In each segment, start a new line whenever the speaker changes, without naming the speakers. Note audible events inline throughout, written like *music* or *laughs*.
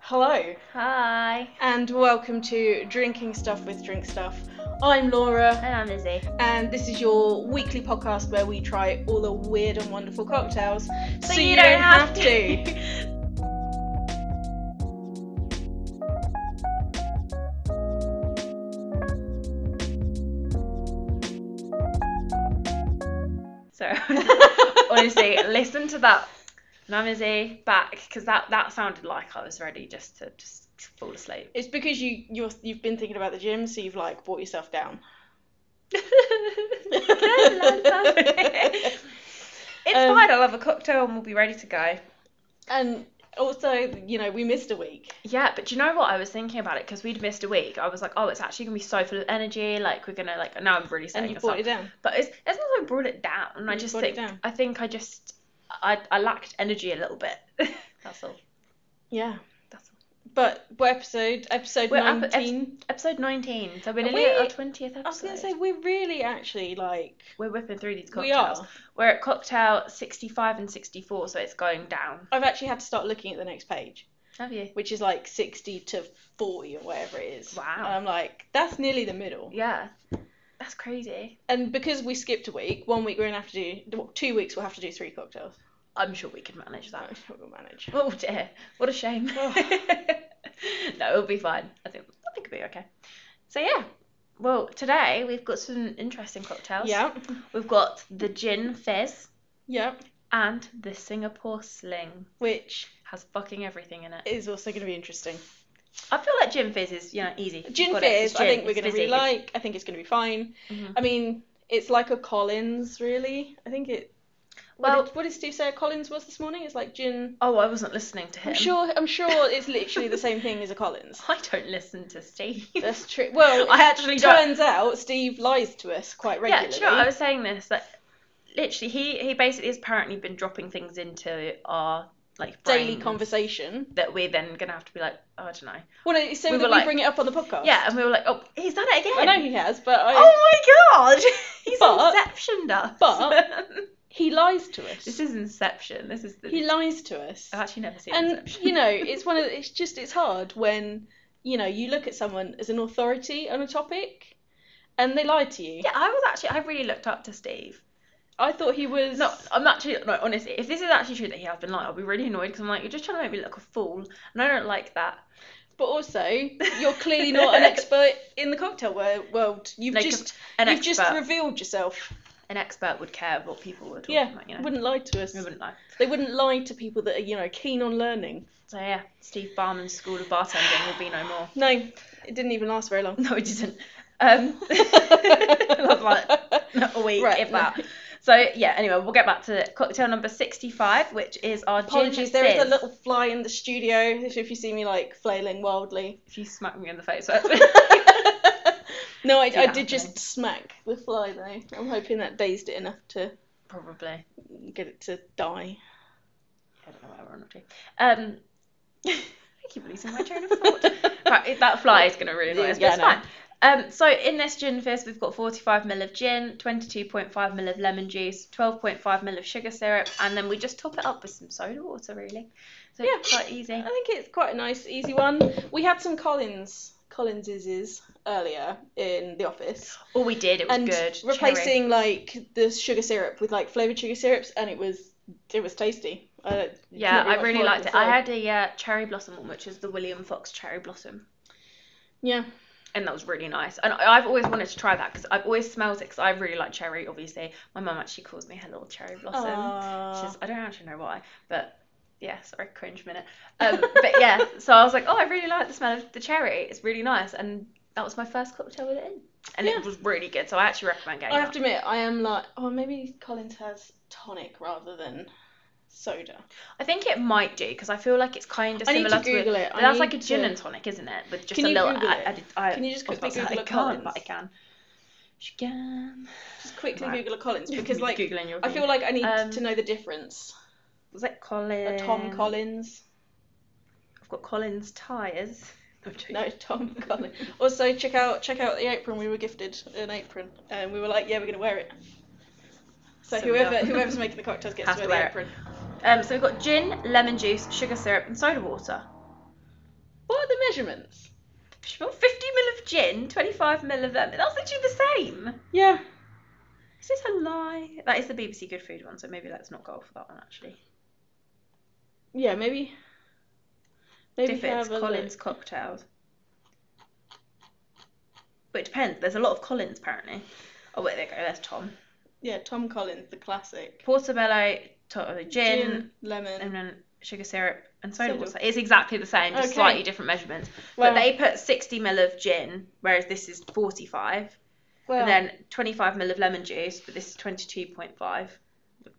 Hello,
Hi.
and welcome to Drinking Stuff with Drink Stuff. I'm Laura,
And I'm Lizzie.
and this is your weekly podcast where we try all the weird and wonderful cocktails
So you don't have to. *laughs* So
*laughs*
honestly, listen to that Namazi back because that that sounded like I was ready just to just fall *laughs* asleep.
it's because you you're, you've been thinking about the gym, so you've like brought yourself down.
it's
Um,
fine. I'll have a cocktail and we'll be ready to go.
And also, you know, we missed a week.
Yeah, but do you know what? I was thinking about it because we'd missed a week. I was like, oh, it's actually gonna be so full of energy. Like we're gonna like now I'm really
And
setting
you
us up.
brought it down.
But it's it's not that I brought it down. I
You
just
brought it
think
down.
I think I just I I lacked energy a little bit. That's all.
Yeah.
*laughs* That's all.
But what episode? Episode
We're up at
19.
Episode 19. So we're
Are
nearly
we-
at our 20th episode.
I was going to say, we're really actually like.
we're whipping through these cocktails.
We are.
We're at cocktail 65 and 64, so it's going down.
I've actually had to start looking at the next page,
Have you?
which is like 60 to 40 or whatever it is.
Wow.
And I'm like, that's nearly the middle.
Yeah. That's crazy.
And because we skipped a week, one week we're going to have to do, well, two weeks we'll have to do three cocktails.
I'm sure we can manage that.
*laughs* We'll manage.
*laughs* Oh dear. What a shame. *laughs* no, it'll be fine. I think I think it'll be okay. So yeah. Well, today we've got some interesting cocktails.
Yeah.
We've got the gin fizz
Yeah.
and the Singapore sling.
Which
Has fucking everything in it.
is also going to be interesting.
I feel like gin fizz is, you know, easy. You've
Gin
got it.
Fizz,
It's
I
gin,
think we're
it's
going to
fizzy,
really like. I think it's going to be fine.
Mhm.
I mean, it's like a Collins, really. I think it.
Well-
what did, what did Steve say a Collins was this morning? It's like gin.
Oh, I wasn't listening to him.
I'm sure. I'm sure it's literally the same thing as a Collins.
*laughs* I don't listen to Steve.
*laughs* That's true. Well,
I actually
it
don't.
turns out Steve lies to us quite
*laughs* Yeah,
regularly.
do you know what? I was saying this that literally he he basically has apparently been dropping things into our like
Daily
brains
conversation.
that we're then gonna have to be like, oh, I don't know.
Well, no, so
We
that
were
we
like-
bring it up on the podcast.
Yeah, and we were like, oh, he's done it again.
I know he has, but I,
Oh my god, *laughs* he's
But-
inceptioned us.
but- he lies to
*laughs* this
us.
is inception. This is the.
He lies to us.
I've actually never seen
And
inception. *laughs*
you know, it's one of it's just it's hard when you know you look at someone as an authority on a topic, and they lie to you.
Yeah, I was actually I really looked up to Steve.
I thought he was.
No, I'm actually no. Honestly, if this is actually true that he has been lying, I'll be really annoyed because I'm like, you're just trying to make me look a fool, and I don't like that.
But
*laughs*
also, you're clearly not an expert in the cocktail wor- world. You've
Like,
just
An
you've
expert,
just revealed yourself.
an expert would care what people were talking
Yeah,
about. You know,
wouldn't lie to us.
They wouldn't lie.
They wouldn't lie to people that are, you know, keen on learning.
So yeah, Steve Barman's School of Bartending will be no more. *laughs*
No, it didn't even last very long. *laughs*
No, it didn't. Um, *laughs* that's like a week,
Right,
if
no.
that. So yeah. Anyway, we'll get back to cocktail number sixty-five, which is
*laughs*
our
Apologies,
Gin
there is a
fizz.
little fly in the studio. If if you see me like flailing
*laughs*
wildly,
If you smack me in the face, *laughs*
no, I,
See
I
that
did just smack the fly though. I'm hoping that dazed it enough to
probably.
get it to die.
I don't know what we're on up to. Um, I keep losing my train of thought.
*laughs*
right, it- that fly is going to really annoy us, but
Yeah,
it's
I know.
fine. Um, so in this gin fizz, we've got 45 ml of gin, 22.5 ml of lemon juice, 12.5 ml of sugar syrup, and then we just top it up with some soda water, really. So
Yeah.
it's quite easy.
I think it's quite a nice, easy one. We had some Collins Collinses earlier in the office,
All we did, it was
and
good. cherry.
replacing like the sugar syrup with like flavored sugar syrups, and it was it was tasty. I don't- it's
Yeah,
not
I
much
really
more
liked it.
can
I
say.
had a uh, cherry blossom one, which is the William Fox cherry blossom,
yeah,
and that was really nice. And I- I've always wanted to try that because I've always smelled it because I really like cherry. Obviously, my mum actually calls me her little cherry blossom. Which is, I don't actually know why, but yeah, sorry, cringe minute. *laughs* Um, but yeah, so I was like, oh, I really like the smell of the cherry. It's really nice, and that was my first cocktail with it in, and
Yeah.
it was really good. So I actually recommend
*laughs*
getting.
I have
that.
to admit, I am like, oh, maybe Collins has tonic rather than soda.
I think it might do because I feel like it's kind of
I need
similar
to Google it. I
that's
need
like a gin
to-
and tonic, isn't it? With just
Can
a
you
little.
Google
I,
it?
I did, I,
Can you just
I was about
quickly
to say
Google
I can't,
Collins?
but I can. She can.
Just quickly
Right.
Google a Collins
*laughs*
because
You're
like
googling your.
I feel like I need
Um,
to know the difference.
was it Collins?
A Tom Collins.
I've got Collins tires. No, I'm joking. *laughs*
No, *laughs* Tom Collins. Also, check out check out the apron we were gifted. An apron, and we were like, yeah, we're gonna wear it. So,
So we
whoever
are.
whoever's making the cocktails gets
Has
to wear
to
the
wear
apron.
it. Um, so we've got gin, lemon juice, sugar syrup, and soda water.
measurements.
She bought 50 ml of gin, 25 ml of lemon. That's literally the same.
Yeah.
Is this a lie? That is the BBC Good Food one, so maybe let's not go for that one actually.
Yeah, maybe. Maybe
Diffits,
have a
Collins
look.
cocktails. But it depends. There's a lot of Collins apparently. Oh wait, there you go. There's Tom.
Yeah, Tom Collins, the classic.
Portobello, to- uh, gin,
lemon.
and then sugar syrup and soda
Soda.
water. It's exactly the same, just
Okay.
slightly different measurements.
Well-
but they put 60 ml of gin, whereas this is 45,
well,
and then 25 ml of lemon juice, but this is 22.5.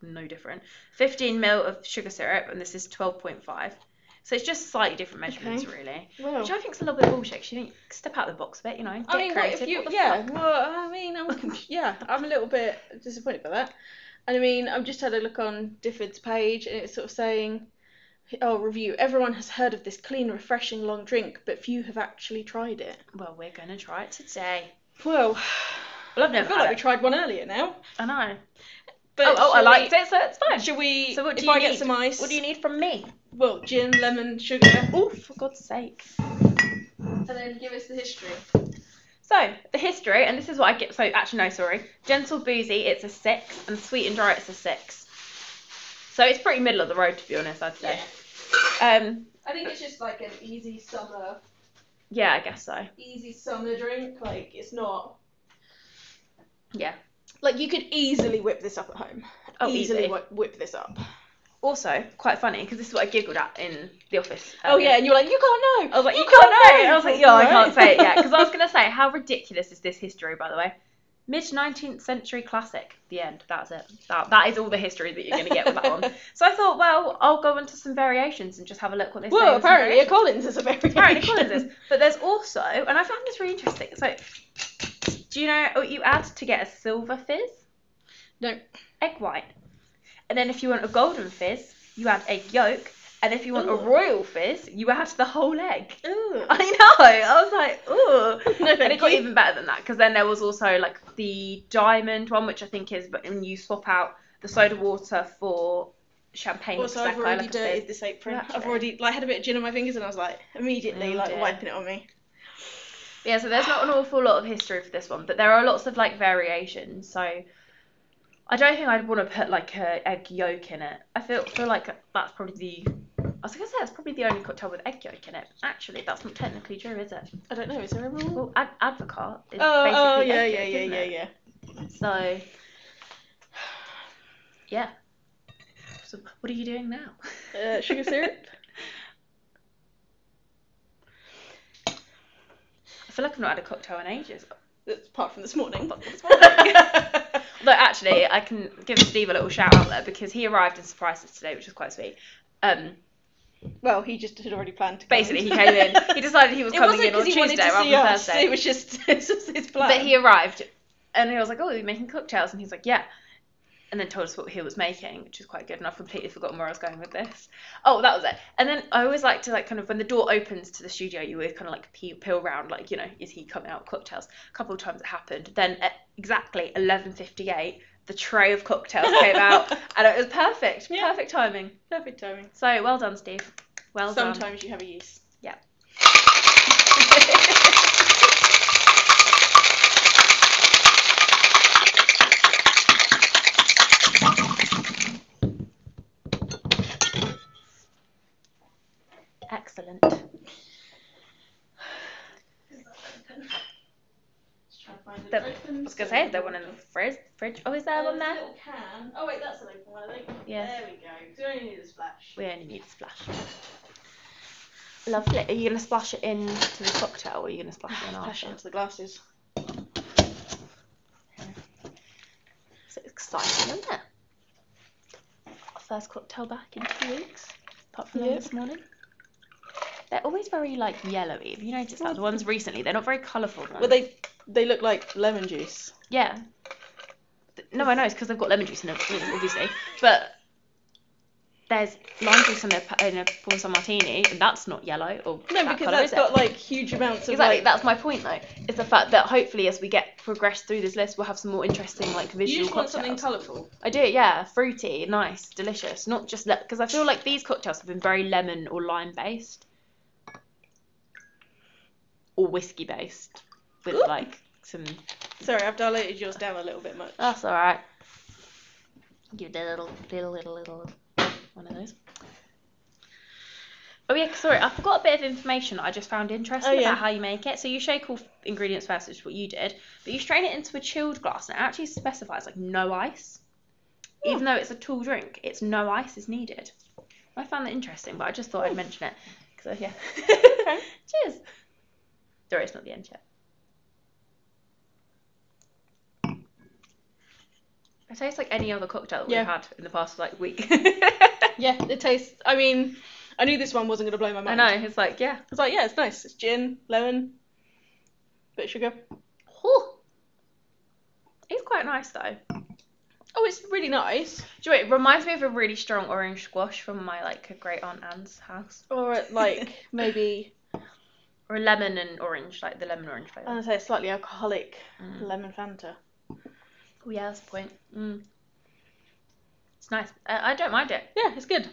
No different. 15 ml of sugar syrup, and this is 12.5. So it's just slightly different measurements,
Okay.
really.
well.
Which I think's a little bit bullshit. 'cause You think step out of the box a bit, you know. Get
I mean, what
creative.
if you?
what the
yeah.
fuck?
Well, I mean, I'm conf- yeah, I'm a little bit disappointed by that. And I mean, I've just had a look on Difford's page, and it's sort of saying, "Oh, review. Everyone has heard of this clean, refreshing long drink, but few have actually tried it."
Well, we're gonna try it today.
Well,
Well, I've
I
never
feel
had
like we
it.
tried one earlier now.
I know.
But
oh, oh, I
shall
liked
we-
it, so it's fine.
Shall we?
So what do
if
you
I
need?
get some ice?
What do you need from me?
Well, gin, lemon, sugar.
Oh, for God's sake.
And then give us the history.
So, the history, and this is what I get. So, actually, no, sorry. Gentle Boozy, it's a six, and Sweet and Dry, it's a six. So, it's pretty middle of the road, to be honest, I'd say. Um,
I think it's just like an easy summer,
yeah, I guess so.
easy summer drink. Like it's not.
Yeah.
Like you could easily whip this up at home.
Oh,
easily
easily.
Whip, whip this up.
Also, quite funny, because this is what I giggled at in the office.
Oh
earlier.
yeah, and you're like, Oh, you can't know.
I was like, you, can't, know. I was like, yeah, I
Right.
can't say it
*laughs*
yet. Because I was going to say, how ridiculous is this history, by the way? Mid 19th century classic. The end. That's it. That, that is all the history that you're going to get with
*laughs*
that one. So I thought, well, I'll go into some variations and just have a look what they say.
Well,
with some
apparently a
variations.
Collins is a very
apparently Collins is. But there's also, and I found this really interesting. So, do you know what you add to get a silver fizz?
No.
Egg white. And then if you want a golden fizz, you add egg yolk. And if you want
Ooh.
a royal fizz, you add the whole egg.
*laughs* Ooh.
*laughs* I know. I was like,
*laughs*
ooh.
No,
And it
thank
got
you.
even better than that because then there was also like the diamond one, which I think is but when you swap out the soda water for champagne
Also,
or
I've
prosecco,
already
like I said.
dirtied this apron. I've
Naturally.
already like had a bit of gin on my fingers, and I was like immediately
Oh,
like
dear.
wiping it on me.
Yeah, so there's not an awful lot of history for this one, but there are lots of like variations. So I don't think I'd want to put like a egg yolk in it. I feel feel like that's probably the I was gonna say that's probably the only cocktail with egg yolk in it. Actually, that's not technically true, is it?
I don't know. Is there a rule?
Well, ad- advocat is
oh,
basically
oh yeah,
egg
yeah,
yolk,
yeah,
isn't
yeah,
it?
yeah.
So, yeah. So, what are you doing now?
Uh,
*laughs*
sugar syrup.
I feel like I've not had a cocktail in ages.
That's apart from this morning.
Apart from this morning.
*laughs*
But actually, I can give Steve a little shout out there because he arrived and surprised us today, which was quite sweet. Um,
well, he just had already planned to. come.
basically, he came in.
*laughs*
He decided he was
It
coming
wasn't
in on
because he
Tuesday
wanted to
rather
see
than
us.
Thursday.
It was just *laughs* this was his plan.
But he arrived and he was like, "Oh, you're making cocktails," and he's like, "Yeah." And then told us what he was making, which is quite good. And I've completely forgotten where I was going with this. Oh, that was it. And then I always like to like kind of when the door opens to the studio, you always kind of like peel, peel round, like you know, is he coming out with cocktails? A couple of times it happened. Then at exactly 11:58, the tray of cocktails came out,
*laughs*
and it was perfect,
Yeah.
perfect timing.
Perfect timing.
So well done, Steve. Well done.
Sometimes you have a use.
Excellent. *sighs* There- I was gonna say, is there one in the frizz, fridge? Oh, is there one there?
Can. Oh wait, that's an open one, I think.
Yeah.
There we go. Do I need a splash?
We only need a splash. Lovely. Are you gonna splash it into the cocktail, or are you gonna splash
*sighs*
it in
Ah, Splash it
after?
into the glasses.
So it's exciting, isn't it? Our first cocktail back in two weeks, apart from the one
Yep.
this morning. They're always very like yellowy. Have you noticed that? The ones recently, they're not very colourful.
Well, they they look like lemon juice.
Yeah. Th- No, I know it's because they've got lemon juice in it, you know, obviously. But there's lime juice in a, pa- in a Paulson martini, and that's not yellow or
No,
that
because
colour,
that's
is it?
got like huge amounts of
Exactly,
like.
that's my point though. Is the fact that hopefully as we get progress through this list, we'll have some more interesting like visual
you just want
cocktails.
something colourful.
I do, yeah, fruity, nice, delicious. Not just because I feel like these cocktails have been very lemon or lime based. all whiskey based with
Ooh.
like some.
Sorry, I've dilated yours down a little bit much. *laughs*
That's all right. Give it a little, little, little, little one of those. Oh yeah, sorry, I forgot a bit of information that I just found interesting
Oh, yeah.
about how you make it. So you shake all f- ingredients first, which is what you did, but you strain it into a chilled glass, and it actually specifies like no ice,
Hmm.
even though it's a tall drink. It's no ice is needed. I found that interesting, but I just
Hmm.
thought I'd mention it. So yeah. *laughs* Cheers. Sorry, it's not the end yet. It tastes like any other cocktail that
Yeah.
we've had in the past like week.
Yeah, it tastes. I mean, I knew this one wasn't going to blow my
I
mind.
know. It's like yeah.
It's like, yeah, it's nice. It's gin, lemon, bit of sugar.
Whew. It's quite nice though.
Oh, it's really nice.
Do you know, what, it reminds me of a really strong orange squash from my like great aunt Anne's house,
Or uh, like *laughs* maybe
or a lemon and orange, like the lemon orange flavor.
I'm gonna say a slightly alcoholic
Mm.
lemon Fanta.
oh yeah, that's the point. Mm. It's nice. I, I don't mind it.
Yeah, it's good.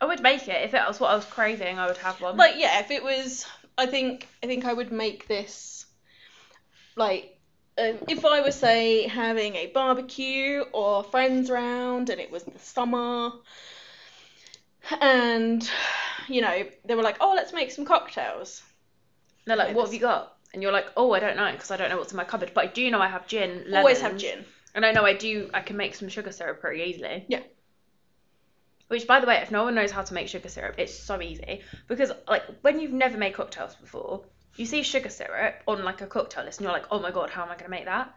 I would make it if it was what I was craving. I would have one.
Like yeah, if it was, I think I think I would make this. Like, um, if I were say having a barbecue or friends round and it was the summer, and you know they were like, oh, let's make some cocktails.
They're like,
Like
what
this.
have you got? And you're like, oh, I don't know, because I don't know what's in my cupboard. But I do know I have gin. Lemons,
Always have gin.
And I know I do. I can make some sugar syrup pretty easily.
Yeah.
Which, by the way, if no one knows how to make sugar syrup, it's so easy because, like, when you've never made cocktails before, you see sugar syrup on like a cocktail list, and you're like, oh my god, how am I gonna make that?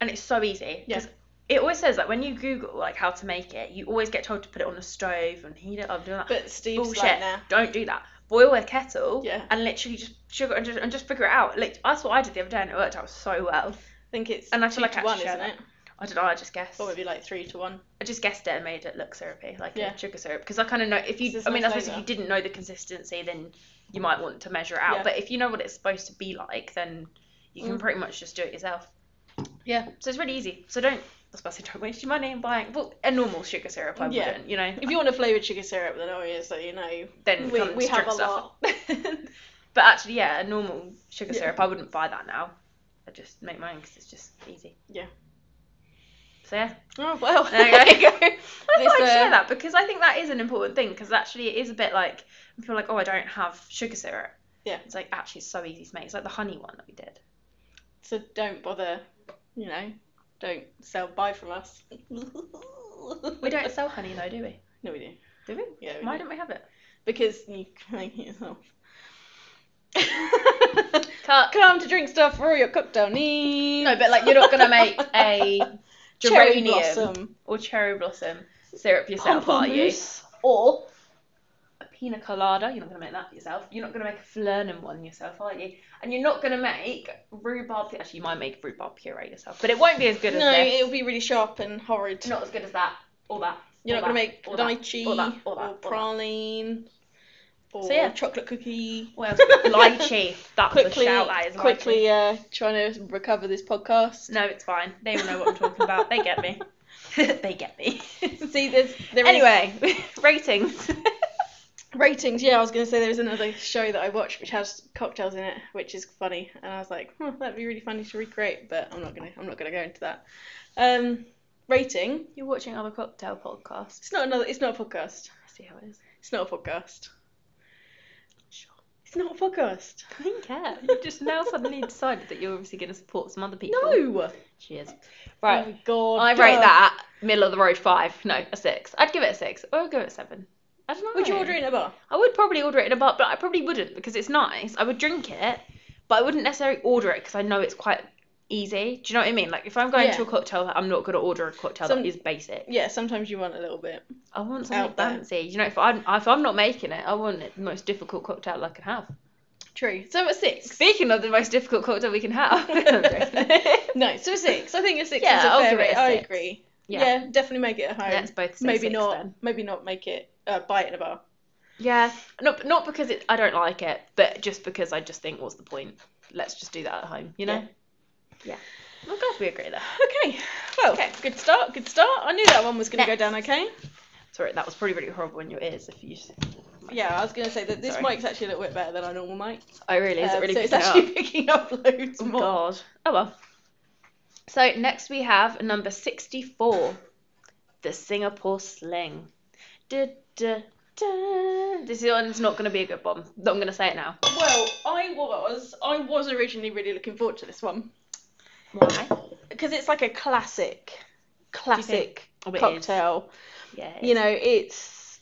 And it's so easy.
Yeah.
'cause It always says that when you Google like how to make it, you always get told to put it on a stove and heat it up, doing that.
But Steve's
Bullshit.
like, nah.
Don't do that. Boil a kettle
Yeah.
and literally just sugar and just, and just figure it out. Like that's what I did the other day and it worked out so well.
I think it's
And I feel
two
like I
to
have
one,
to share
isn't it?
I don't know. I just guessed.
Or maybe like three to one.
I just guessed it and made it look syrupy, like
Yeah.
a sugar syrup. Because I kind of know if you.
There's
I mean,
no
I suppose if you
flavour.
didn't know the consistency, then you might want to measure it out.
Mm. Yeah.
But if you know what it's supposed to be like, then you can
Mm.
pretty much just do it yourself.
Yeah.
So it's really easy. So don't. That's why I say don't waste your money in buying. Well, a normal sugar syrup, I
Yeah.
wouldn't. You know.
If you want a flavoured sugar syrup, then obviously, you know,
then
we,
come
we
to
have
drink
a
stuff.
lot.
*laughs* But actually, yeah, a normal sugar
Yeah.
syrup, I wouldn't buy that now. I just make mine because it's just easy.
Yeah.
So yeah,
oh, well.
there you go.
*laughs*
I
This,
thought I'd
uh,
share that because I think that is an important thing because actually it is a bit like I feel like oh I don't have sugar syrup.
Yeah.
It's like actually it's so easy to make. It's like the honey one that we did.
so don't bother, you know, don't sell, buy from us.
*laughs* We don't sell honey though, do we?
No, we do.
Do we?
Yeah, we
Why
do.
don't we have it?
Because you can make it yourself. *laughs*
Cut.
Come to drink stuff for all your cocktail needs.
No, but like you're not gonna *laughs* make a
*laughs* cherry
geranium
blossom.
or cherry blossom syrup yourself, are you?
Pamplemousse.
Or a pina colada. You're not going to make that yourself. You're not going to make a Flernum one yourself, are you? And you're not going to make rhubarb. Actually, you might make rhubarb puree yourself, but it won't be as good as
No,
this.
it'll be really sharp and horrid.
Not as good as that. All that.
You're
all
not going to make
that, all that,
lychee
all that, all that,
or
all that.
praline or
So, yeah.
chocolate cookie.
What else? Lychee. That's
Quickly,
the shout. That is lychee.
quickly uh, trying to recover this podcast.
No, it's fine. They all know what I'm talking about. They get *laughs* me. they get *laughs*
*laughs*
me.
See, there's there is-
anyway, *laughs* ratings.
ratings. Yeah, I was going to say there was another show that I watched which has cocktails in it, which is funny, and I was like, huh, that'd be really funny to recreate, but I'm not gonna I'm not gonna go into that. Um, rating.
You're watching other cocktail podcasts.
It's not another. It's not a podcast.
I see how it is.
It's not a podcast.
Sure.
It's not a podcast.
I didn't care. You just now *laughs* suddenly decided that you're obviously going to support some other people.
No.
Cheers. Oh
Right.
Right.
Oh God.
I rate
duh.
that middle of the road five. No, a six. I'd give it a six. Or I'd give it a seven. I don't know.
Would you order it in a bar?
I would probably order it in a bar, but I probably wouldn't because it's nice. I would drink it, but I wouldn't necessarily order it because I know it's quite easy. Do you know what I mean? Like if I'm going
Yeah.
to a cocktail, I'm not going to order a cocktail
Some-
that is basic.
Yeah. Sometimes you want a little bit.
I want
Out
something
there.
fancy. You know, if I'm if I'm not making it, I want it the most difficult cocktail I can have.
True. So a
*laughs*
six.
Speaking of the most difficult cocktail we can have. *laughs* I'm joking.
*laughs* No, so a six. I think a six
Yeah,
is a
I'll
fair
give it a
rate. I
six.
agree. Yeah.
yeah.
definitely make it at home.
Let's both say
maybe
six
not.
then.
Maybe not make it. Uh, buy it in a bar.
Yeah, not not because it, I don't like it, but just because I just think, what's the point? Let's just do that at home, you know? Yeah. I'm glad we agree there.
Okay. Well,
Okay.
good start. Good start. I knew that one was going to go
Next.
down okay.
Sorry, that was probably really horrible in your ears if you s- my
Yeah, I was going to say that this
Sorry.
mic's actually a little bit better than our normal mic.
Oh really? Is
Um,
it really
so it's
picking up? *laughs*
actually picking up loads
Oh
more.
God. Oh well. So next we have number sixty-four, the Singapore Sling. Du, du, du. This is one's not going to be a good one. but I'm going to say it now.
Well, I was I was originally really looking forward to this one
Why?
because it's like a classic, classic
Oh, it is.
cocktail.
Yeah.
You know, it's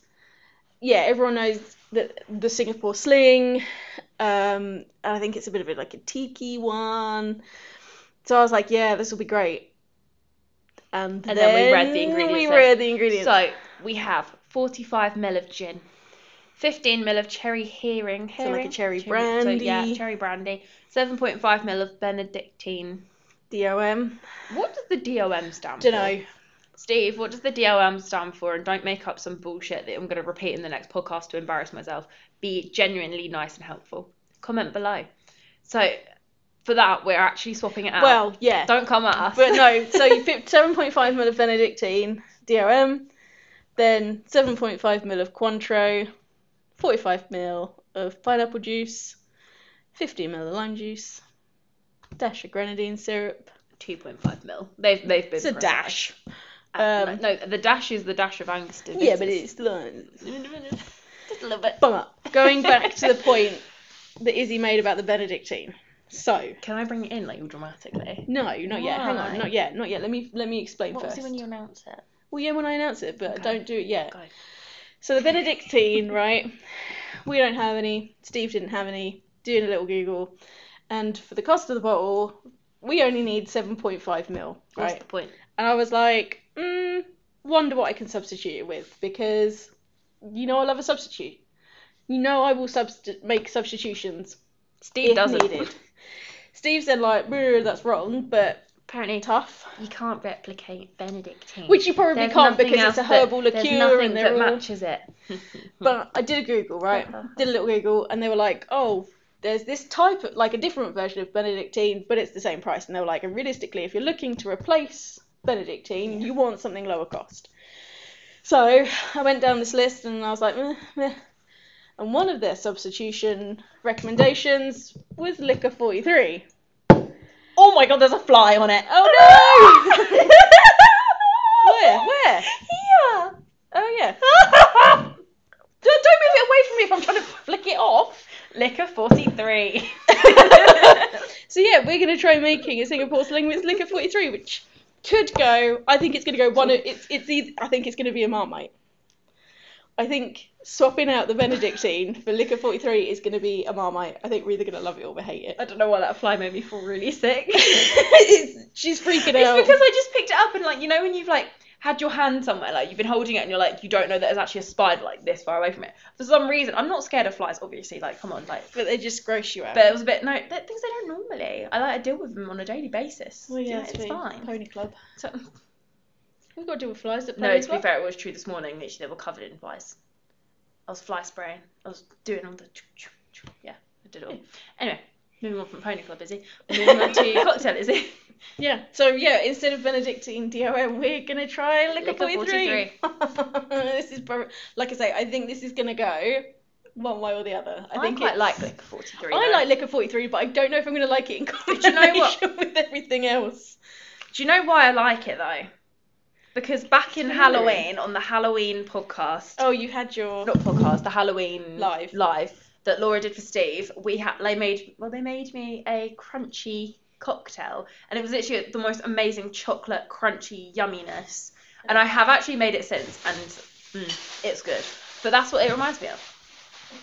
yeah, everyone knows that the Singapore sling. Um, and I think it's a bit of a, like a tiki one. So I was like, yeah, this will be great. And,
And then we read
then
the
We
ingredients list.
read the ingredients.
So we have forty-five ml of gin, fifteen ml of cherry herring,
So like a
herring?
cherry
so yeah,
brandy.
cherry brandy. Seven point five ml of Benedictine.
DOM.
What does the DOM stand
Don't
for?
know.
Steve, what does the DLM stand for? And don't make up some bullshit that I'm going to repeat in the next podcast to embarrass myself. Be genuinely nice and helpful. Comment below. So, for that, we're actually swapping it out.
Well, yeah.
don't come at us.
But no, so
*laughs*
you picked 7.5 mil of Benedictine, DRM, then 7.5 mil of Cointreau, 45 mil of pineapple juice, 50 mil of lime juice, dash of grenadine syrup.
2.5 mil. They've, they've been.
It's a
precise.
dash.
Uh,
Um,
no, the dash is the dash of Angostura.
Yeah, but it's like,
*laughs* Just a little bit.
bum up. Going back to the point that Izzy made about the Benedictine. So,
Can I bring it in, like, dramatically?
no, not yet. Hang on,
Why?
not yet, not yet. Let me let me explain
What
first.
was it when you announce it?
Well, yeah, when I announce it, but
Okay.
don't do it yet.
Go.
So the Benedictine, *laughs* right? We don't have any. Steve didn't have any. Doing a little Google, and for the cost of the bottle, we only need 7.5 mil,
What's
right?
the point?
And I was like, mm, wonder what I can substitute it with because you know I love a substitute. You know I will subst- make substitutions
Steve
if
doesn't.
needed. Steve said like, "Brr, that's wrong, but
Apparently,
tough,
you can't replicate Benedictine.
which you probably
There's
can't
nothing
because
else
it's a
that-
herbal
There's
liqueur
nothing
and
that
they're all
matches *laughs* it.
But I did a Google, right? did a little Google, and they were like, "Oh, there's this type of like a different version of Benedictine, but it's the same price." And they were like, "And realistically, if you're looking to replace Benedictine, you want something lower cost." So I went down this list, and I was like, meh, meh. And one of their substitution recommendations was Liquor 43.
oh my god, there's a fly on it.
Oh no! where? Where?
*laughs* Here.
Oh yeah.
don't,
move it away from me if I'm trying to flick it off. *laughs*
Liquor *laughs* 43.
So yeah, we're gonna try making a Singapore sling with liquor forty three, which could go. I think it's gonna go one. of- It's it's. Either, I think it's gonna be a marmite. I think swapping out the Benedictine for liquor forty three is gonna be a marmite. I think we're either gonna love it or we hate it. *laughs*
I don't know why that fly made me feel really sick. *laughs*
It's- she's freaking
It's
out.
because I just picked it up and like you know when you've like had your hand somewhere like you've been holding it and you're like you don't know that there's actually a spider like this far away from it for some reason I'm not scared of flies obviously like come on like
but they just gross you out.
but it was a bit no they're things I don't normally I like I deal with them on a daily basis
well, yeah,
it's
sweet.
fine
Pony club.
So- *laughs*
We've got to deal with flies at
no
Pony
to be
Club.
fair it was true this morning literally they were covered in flies I was fly spraying I was doing all the yeah I did it all anyway moving on from pony club is *laughs* he moving
*laughs*
on to cocktail is he
Yeah. So yeah, instead of Benedictine DOM, we're gonna try liquor 43.
Liquor
*laughs* this is prob- like I say, I think this is gonna go one way or the other. I
I
think
think quite
it's-
like like 43
I
though.
like liquor 43, but I don't know if I'm gonna like it in
you
combination *laughs*
know what?
with everything else.
Do you know why I like it though? Because back in
Ooh.
Halloween on the Halloween podcast,
Oh, you had your
not podcast, the Halloween
Live.
live that Laura did for Steve, we had they made well they made me a crunchy cocktail and it was literally the most amazing chocolate crunchy yumminess and I have actually made it since and mm, it's good. But that's what it reminds me of.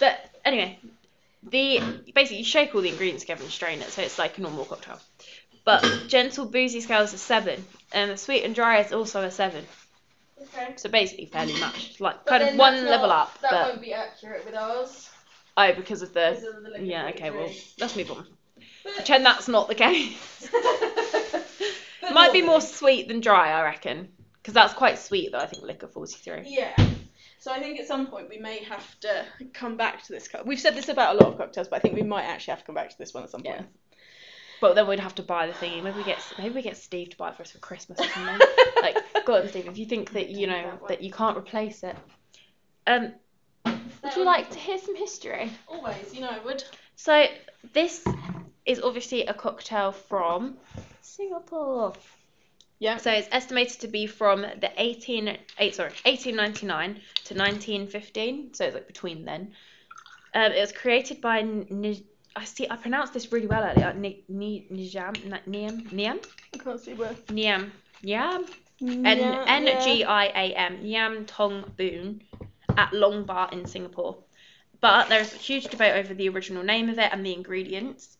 But anyway, the basically you shake all the ingredients together and strain it, so it's like a normal cocktail. But gentle boozy scale is a seven, and the sweet and dry is also a seven.
Okay.
So basically fairly matched, like kind of one level up. But
be accurate with ours.
oh, because of the
of the
yeah, okay, well let's move on.
*laughs*
Pretend that's not the case. It might be more sweet than dry, I reckon, because that's quite sweet though. I think liquor forty three.
Yeah. So I think at some point we may have to come back to this. Co- We've said this about a lot of cocktails, but I think we might actually have to come back to this one at some point.
But then we'd have to buy the thingy. Maybe we get maybe we get Steve to buy it for us for Christmas or something.
*laughs*
*laughs* like, go on, Steve. If you think that you know
That one.
that you can't replace it, um,
Would you like to hear some history?
Always, you know, I would.
So this is obviously a cocktail from Singapore.
Yeah.
So it's estimated to be from the 18 eight, sorry 1899 to 1915. So it's like between then. Um, it was created by N- Ni- I see I pronounced this really well earlier. Ni- Ni- Nijam Niam Niam
I can't see where.
Niam Niam N N G I A M Niam Tong Boon at Long Bar in Singapore. But there is a huge debate over the original name of it and the ingredients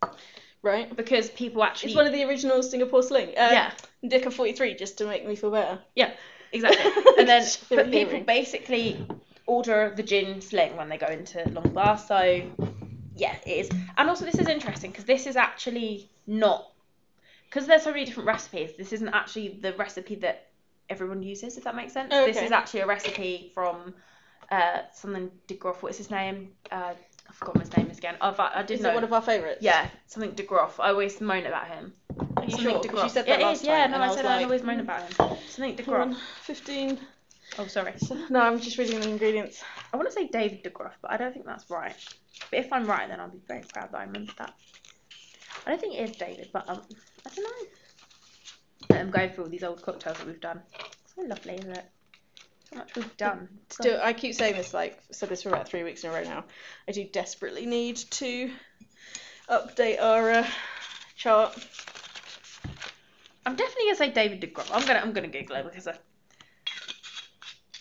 Right.
because people actually
It's one of the original Singapore slang. Uh,
yeah
Dicker 43, just to make me feel better.
exactly.
*laughs*
and then
Just
but
hearing.
people basically order the gin sling when they go into Long Bar. So yeah, it is. And also this is interesting because this is actually not because there's so many different recipes. This isn't actually the recipe that everyone uses. If that makes sense.
Oh,
This
okay.
is actually a recipe from uh something de Groff. What's his name? Uh, I've forgotten what his name is again. I've, I I did
Is
know.
it one of our favourites?
yeah, something de Groff. I always moan about him.
Are you
something
sure? 'Cause
de
you
Groff.
said
Yeah,
that
it
last
is, Yeah,
time,
no,
and
I,
I was
said I
like- hmm.
always moan about him. Something de
Hold
Groff.
on. 15.
Oh, sorry.
No, I'm just reading the ingredients.
I want to say David DeGroff, but I don't think that's right. But if I'm right, then I'll be very proud that I remembered that. I don't think it is David, but um, I don't know. I'm going through all these old cocktails that we've done. So lovely, isn't it? So much we've done.
Still, I keep saying this, like, said this for about three weeks in a row now. I do desperately need to update our uh, chart.
I'm definitely gonna say David DeGroff. I'm gonna I'm gonna Google it because I,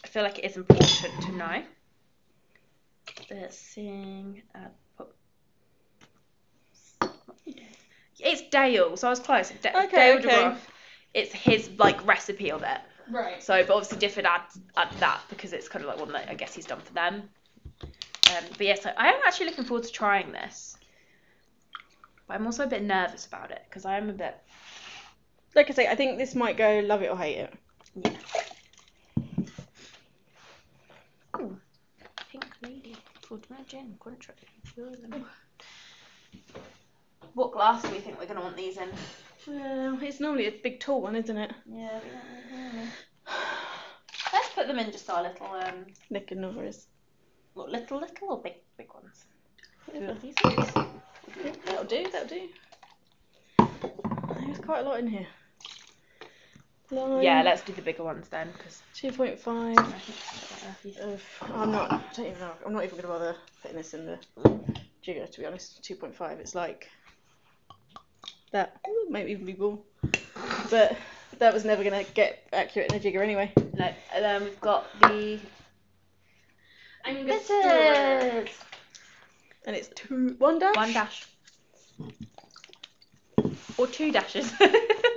I feel like it is important to know. Let's sing. Uh, pop- it's Dale, so I was close. Da-
Okay,
Dale
okay.
DeGroff. It's his like recipe of it.
Right.
So, but obviously Difford adds add that because it's kind of like one that I guess he's done for them. Um, but yes, I, I am actually looking forward to trying this. But I'm also a bit nervous about it because I am a bit
Like I say, I think this might go love it or hate it.
Yeah. Ooh, pink lady for gin contrary. What glass do we think we're gonna want these in?
Well, it's normally a big tall one, isn't it?
Yeah. We don't really. Let's put them in just our little um,
Nick and Nora's.
what little little or big big ones.
Yeah.
These ones.
That'll do, that'll do. There's quite a lot in here. Lime,
Oh, Yeah, let's do the bigger ones then, because
2.5
I think that's not enough.
of. I'm not. I don't even know. I'm not even going to bother putting this in the jigger, to be honest. 2.5, it's like. That. Ooh, Might even be more. But that was never going to get accurate in a jigger anyway.
No, and then we've got the bitters.
And it's two. One dash?
One dash. Or two dashes. *laughs*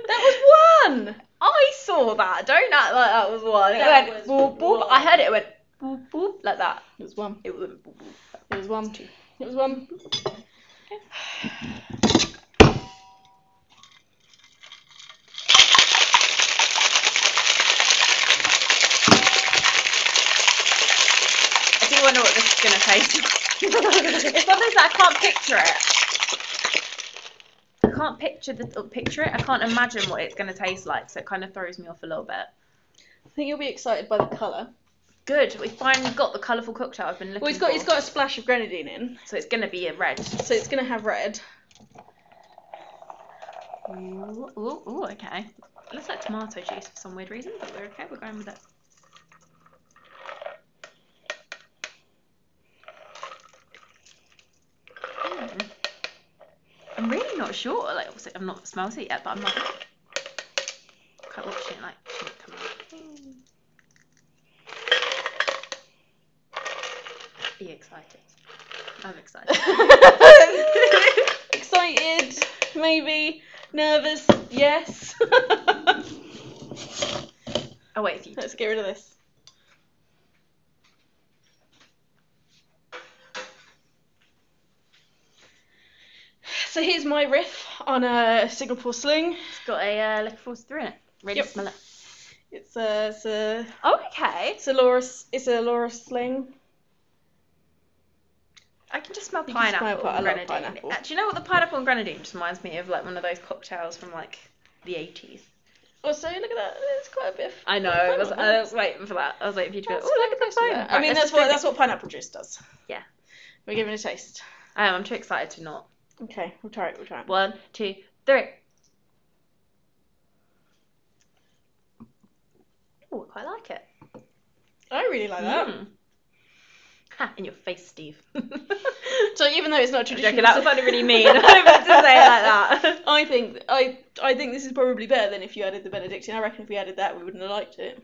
That was one!
I saw that. Don't act like that was one. It
That
went
was
boop boop. I heard it, it went boop boop like that.
It was one.
It went boop boop.
It was one. It was one.
I do wonder what this is gonna *laughs* taste. it's one of those that I can't picture it. I can't picture the uh, picture it. I can't imagine what it's gonna taste like, so it kind of throws me off a little bit.
I think you'll be excited by the colour.
Good, we finally got the colourful cocktail I've been looking
Well, it's got,
for.
it's got a splash of grenadine in,
So it's gonna be a red.
so it's going to have red.
Ooh, ooh, ooh, okay. It looks like tomato juice for some weird reason, but we're okay. We're going with it. Hmm. I'm really not sure. Like, obviously, I'm not smelled it yet, but I'm like, quite watching it. Like, should it come out? Are you excited? I'm *laughs* excited.
Excited, maybe. Nervous, yes. *laughs*
oh wait, if you
Let's get rid of this. So here's my riff on a Singapore sling.
It's got a uh, liquor force through in it. Ready
Yep.
to smell it.
It's a it's a
Oh, okay.
it's a Laura s- it's a Laura sling.
I can just smell
You can smell
pineapple
quite a
and
lot
grenadine.
of pineapple.
Uh, do you know what the pineapple and grenadine just reminds me of? Like one of those cocktails from like the 80s.
Also, look at that. It's quite a bit. Of,
I know. I was, I was waiting for that. I was waiting for you to be like,
That's
oh, look at
quite
the
nice,
phone.
isn't it? I
Right,
mean,
let's
that's
just
what
do
that's what pineapple juice does.
Yeah.
We're giving it a taste.
that. I am. I'm too excited to not.
Okay, we'll try it. We'll try it.
One, two, three. Oh, I quite like it.
I really like that.
Mm. Ha, in your face, Steve.
*laughs*
*laughs*
So even though it's not
I'm
traditional,
joking, that sounded really mean. *laughs* I meant to say it like that.
I think I I think this is probably better than if you added the Benedictine. I reckon if we added that, we wouldn't have liked it.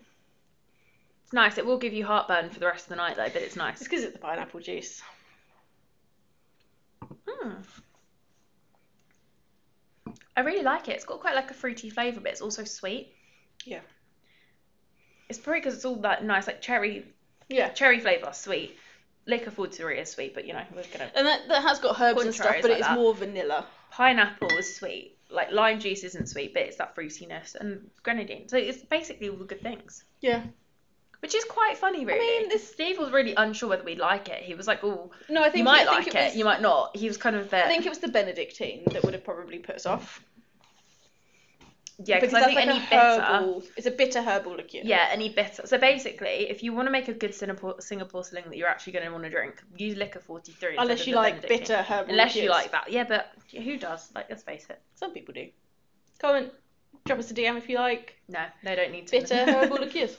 It's nice. It will give you heartburn for the rest of the night, though, but it's
It's
nice.
because it's the pineapple juice.
Mm. I really like it. It's got quite like a fruity flavour, but it's also sweet.
Yeah.
It's probably because it's all that nice, like cherry,
Yeah,
cherry flavour, sweet. Liquor fortiori is sweet, but you know we're
*laughs*
gonna
and that, that has got herbs and stuff,
Contraries
but
like
it's
that.
more vanilla.
pineapple is sweet. Like lime juice isn't sweet, but it's that fruitiness and grenadine. So it's basically all the good things.
Yeah.
Which is quite funny, really.
mean, this-
Steve was really unsure whether we'd like it. He was like, "Oh,
No, I think
you might
I
like
think
it,
was-
you might not." He was kind of there.
I think it was the Benedictine that would have probably put us off.
yeah, because I
that's
think
like
any
a
bitter,
herbal. It's a bitter herbal liqueur.
yeah, any bitter. So basically, if you want to make a good Singapore, Singapore sling that you're actually going to want to drink, use liquor forty three.
Unless you like bitter herbal.
Unless you
liqueurs.
like that, yeah, but who does? Like, let's face it.
Some people do. Comment. Drop us a DM if you
*laughs*
like
No, they don't need to.
bitter
*laughs*
herbal liqueurs.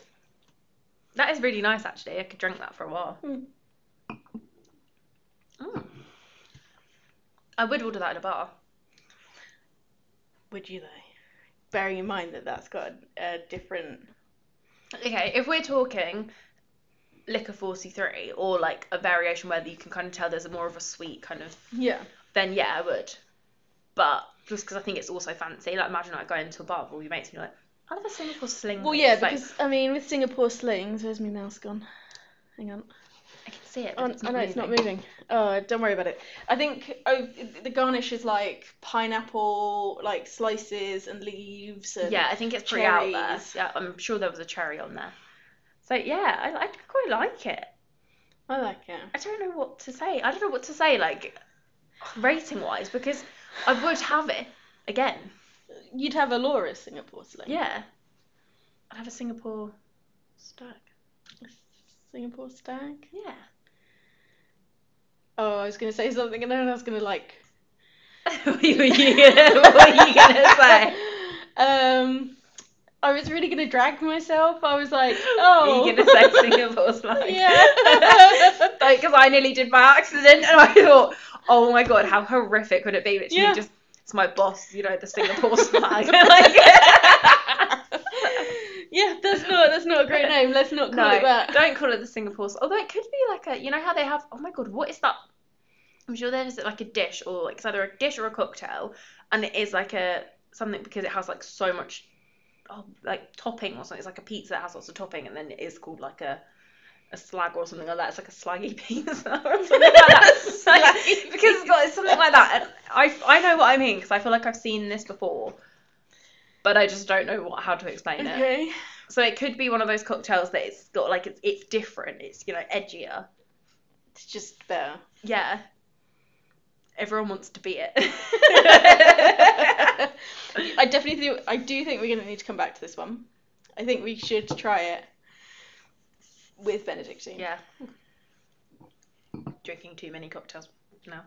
That is really nice, actually. I could drink that for a while.
Hmm.
Mm. I would order that at a bar.
Would you though? Bearing in mind that that's got a different.
Okay, if we're talking liquor 43 or like a variation where you can kind of tell there's a more of a sweet kind of,
Yeah.
then yeah, I would. But just because I think it's also fancy, like imagine like going to a bar with all your mates and you're like, I'll have a Singapore sling.
Well,
please."
yeah,
It's like,
because I mean, with Singapore slings, where's my mouse gone? Hang on.
I can see it.
Oh,
But it's
I
not
know it's not moving. Oh, don't worry about it. I think oh, the garnish is like pineapple, like slices and leaves. And
Yeah, I think it's pretty out there.
cherries.
Yeah, I'm sure there was a cherry on there. So yeah, I, I quite like it.
I like it.
I don't know what to say. I don't know what to say, like rating wise, because I would have it again.
You'd have a Laura Singapore sling.
Yeah, I'd have a Singapore stag.
Singapore stag.
Yeah.
Oh, I was gonna say something and then I was gonna like.
*laughs* *laughs* what were you, what were you gonna say?
*laughs* Um, I was really gonna drag myself. I was like,
Oh.
oh.
Are you gonna say
*laughs*
Singapore stag? *laughs*
Yeah.
Because I nearly did by accident, and I thought, oh my god, how horrific would it be? Literally,
Yeah.
just it's my boss, you know,
*laughs*
the Singapore *laughs* stag. like,
yeah, that's not that's not a
*laughs*
great name. Let's not call
No,
it that.
*laughs* don't call it the Singapore. s- Although it could be like a, you know how they have. Oh my god, what is that? I'm sure there is like a dish or like it's either a dish or a cocktail, and it is like a something because it has like so much, oh, like topping or something. It's like a pizza that has lots of topping, and then it is called like a. A slag or something like that. It's like a slaggy *laughs* pizza or something like that. *laughs*
Slaggy
Like, because it's got it's something like that. And I, I know what I mean because I feel like I've seen this before, but I just don't know what, how to explain
*laughs*
it.
Okay.
So it could be one of those cocktails that it's got like it's it's different. It's you know edgier.
It's just better.
Yeah. Everyone wants to be *laughs* it. *laughs*
I definitely do. I do think we're gonna need to come back to this one. I think we should try it with Benedictine. *laughs*
yeah. Drinking too many cocktails now.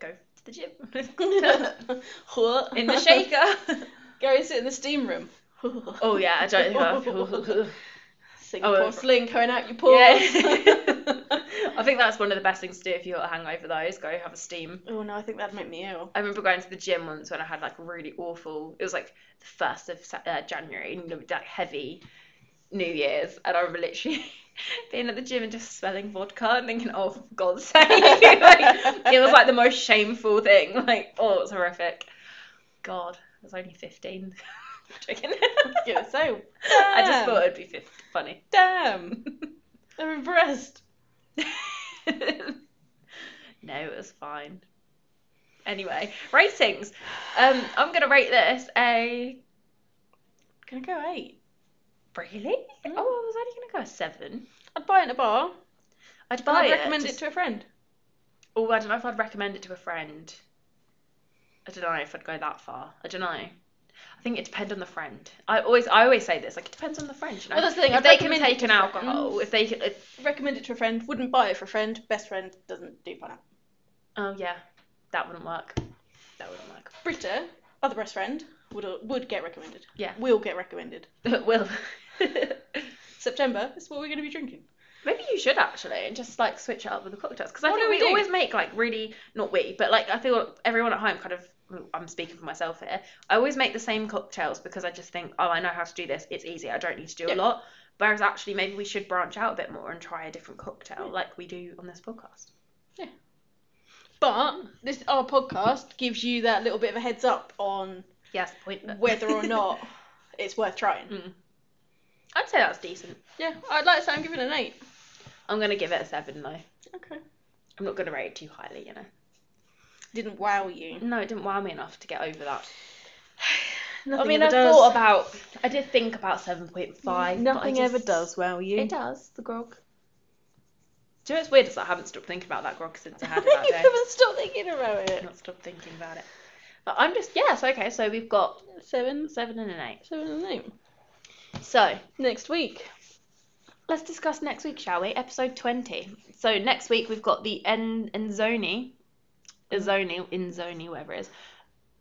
Go to the gym.
What?
*laughs* In the shaker.
*laughs* Go and sit in the steam room.
*laughs* oh yeah, I
*laughs*
don't *laughs* think
Singapore
Oh,
sling going out your
I.
pores.
*laughs* yeah. I think that's one of the best things to do if you're hungover though is go have a steam.
*laughs* oh no, I think that'd make me ill.
I remember going to the gym once when I had like a really awful. It was like the first of Sa- uh, January, and it was, like heavy New Year's, and I remember literally *laughs* being at the gym and just smelling vodka and thinking, "Oh, for God's sake!" *laughs* like, it was like the most shameful thing. Like, oh, it's horrific. God, I was only fifteen. *laughs* Joking.
Yeah, so
I just
damn.
thought it'd be fif- funny. *laughs*
damn. I'm impressed.
no, it was fine. Anyway, ratings. Um, I'm gonna rate this a
Can I go eight?
Really? Oh, I was only gonna go a seven.
I'd buy it in a bar.
I'd
And
buy
I'd recommend
it.
it to a friend.
Oh, I don't know if I'd recommend it to a friend. I don't know if I'd go that far. I don't know. I think it depends on the friend. I always I always say this like it depends on the friend. You know?
Well, that's the thing,
If
I'd
they can
recommend
take
it
an
to
alcohol,
friends.
if they can, if,
Recommend it to a friend. Wouldn't buy it for a friend. Best friend doesn't do pineapple.
oh yeah, that wouldn't work. That wouldn't work.
Britta, other best friend, would would get recommended.
Yeah. *laughs*
Will get recommended.
Will.
September. That's what we're going to be drinking.
Maybe you should actually and just like switch it up with the cocktails because I
Oh,
think
no,
we,
we do.
always make like really not we but like I feel everyone at home kind of I'm speaking for myself here. I always make the same cocktails because I just think oh I know how to do this. It's easy. I don't need to do
Yeah.
a lot. Whereas actually maybe we should branch out a bit more and try a different cocktail
Yeah.
like we do on this podcast.
But this our podcast gives you that little bit of a heads up on
Yes, point. but-
whether or *laughs* not it's worth trying.
*laughs* I'd say that's decent.
Yeah, I'd like to say I'm giving it an eight.
I'm gonna give it a seven though.
Okay.
I'm not gonna rate it too highly, you know.
Didn't wow you.
No, it didn't wow me enough to get over that.
Nothing
I mean, I thought about, I did think about seven point five.
wow you.
It does the grog. Do you know what's weird is I haven't stopped thinking about that grog since I had it
*laughs*
that
you
day.
haven't stopped thinking about
I've
it.
not stopped thinking about it. But I'm just yes, okay. So we've got
Seven,
seven and an eight.
seven and an eight.
So
Next week.
let's discuss next week, shall we? Episode 20. So next week we've got the En Enzoni, Enzoni, Inzoni, whatever it is.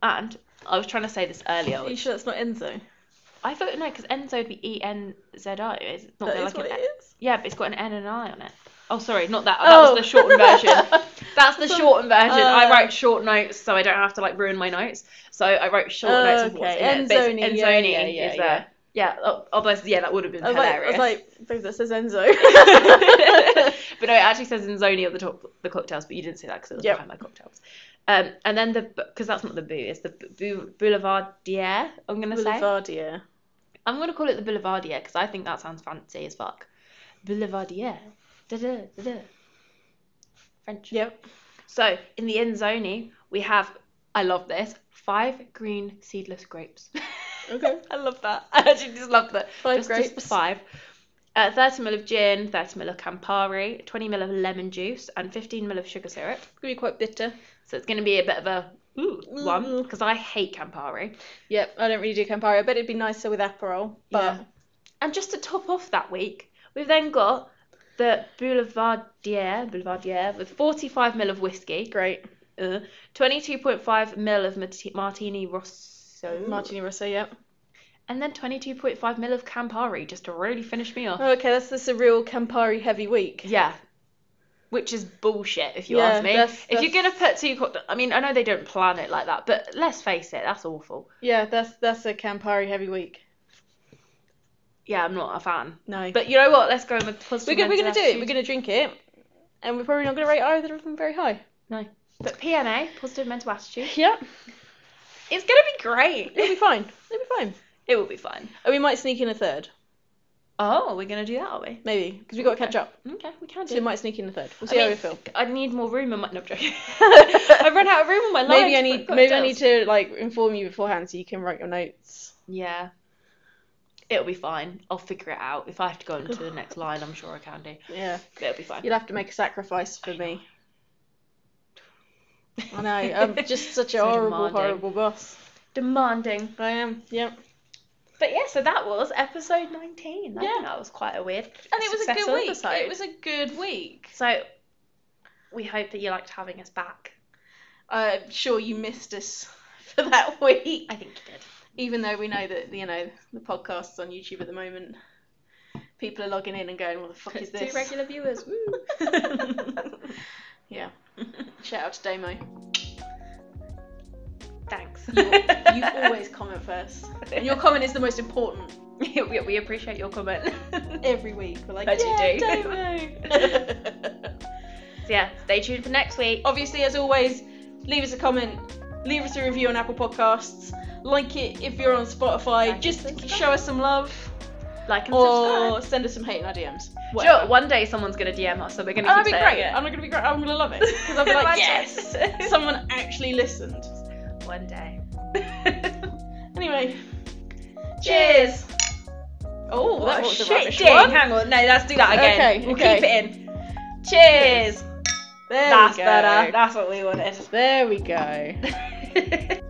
And I was trying to say this earlier.
Are you
Which
sure that's not Enzo?
I thought no, because Enzo would be E N Z O. It's not
That
like
is what
an
it is.
yeah, but it's got an N and an I on it. Oh, sorry, not that. That was
*laughs*
the shortened version. That's the
So- *laughs*
shortened version.
Uh.
I wrote short notes so I don't have to like ruin my notes. So I wrote short
Oh,
notes. Of what's
okay.
in it, but
Enzoni,
it's-
yeah,
Enzoni
yeah, yeah,
is
yeah.
there. Yeah, o- otherwise, yeah, that would have been
I was like, I
hilarious.
was like, *laughs* babe, that says *laughs* Enzo.
*laughs* but no, it actually says Inzoni at the top the cocktails, but you didn't see that because it was
Yep.
behind my cocktails. Um, and then the because that's not the boo, it's the B- Bou- Boulevardier. I'm gonna say
Boulevardier.
I'm gonna call it the Boulevardier because I think that sounds fancy as fuck. Boulevardier, da da da da. French.
Yep.
So in the Inzoni we have I love this five green seedless grapes.
Okay.
*laughs* I love that. I actually just love that.
Five
just,
grapes.
just the five. Uh, 30 ml of gin, 30 ml of Campari, 20 ml of lemon juice, and 15 ml of sugar syrup.
Gonna be quite bitter.
So it's going to be a bit of a ooh,
Ooh.
one because I hate Campari.
Yep, I don't really do Campari. I bet it'd be nicer with Aperol. But
Yeah. And just to top off that week, we've then got the Boulevardier, Boulevardier with 45 ml of whiskey,
great.
uh, 22.5 ml of Marti- Martini Rosso,
Martini Rosso, yep.
and then 22.5 ml of Campari just to really finish me off.
Oh, okay, that's this a real Campari heavy week.
Yeah. Which is bullshit, if you
Yeah,
ask me.
that's-
If you're gonna
that's-
put two, cockta- I mean, I know they don't plan it like that, but let's face it, that's awful.
Yeah, that's that's a Campari heavy week.
Yeah, I'm not a fan.
No.
But you know what? Let's go on the positive.
we're gonna, we're gonna do
mental
it. We're
attitude.
gonna drink it, and we're probably not gonna rate either of them very high.
But PMA, positive mental attitude.
Yep,
It's gonna be
it'll
great.
be fine. It'll be fine.
it will be fun.
And we might sneak in a third,
Oh, we're gonna do that, are we?
maybe, because we got to
Okay.
catch up.
Okay, we can
So
do.
we
it.
might sneak in a third. We'll
I
see how
mean,
we feel.
I need more room. in my no,
*laughs*
I'm joking. I've run out of room in my life.
Maybe I need maybe I need to like inform you beforehand so you can write your notes.
Yeah. It'll be fine. I'll figure it out. If I have to go into
*sighs*
the next line, I'm sure I can do.
Yeah,
But it'll be fine.
you'll have to make a sacrifice for me. I *laughs* know.
*laughs*
I'm just such a
So
horrible,
demanding.
horrible boss.
demanding.
I am. Yep.
But yeah, so that was episode 19. I
Yeah.
think that was quite a weird
And it was a
successful
good week.
episode.
It was a good week.
So we hope that you liked having us back.
I'm sure you missed us *laughs* for that week.
I think you did.
Even though we know that, you know, the podcast's on YouTube at the moment. People are logging in and going, what the fuck is this?
Two regular *laughs* viewers. Woo.
*laughs* Yeah. Shout out to Damo.
Thanks.
*laughs* You
*laughs*
always comment first. And your comment is the most important
we, we appreciate your comment.
every week. We're like,
As you
yeah,
do."
Damo.
So *laughs* yeah, stay tuned for next week.
*laughs* Obviously, as always, leave us a comment, leave us a review on Apple Podcasts, like it if you're on Spotify.
Like and
Just
subscribe.
show us some love.
Like and
or
subscribe.
send us some hate in our DMs.
Do you know what? one day someone's gonna DM us, so we're gonna.
Oh, that'd be
keep
great.
saying it.
I'm not gonna be great. I'm gonna *laughs* love it because I'll be like, yes,
Imagine.
someone actually listened.
one day.
Anyway, cheers.
Cheers.
Oh,
What
that
a
was a
shit
rubbish
dig.
one.
Hang on, no, let's do that again.
Okay,
we'll
okay.
keep it in. Cheers.
There
That's
we go.
*laughs* better. That's what we wanted.
There we go.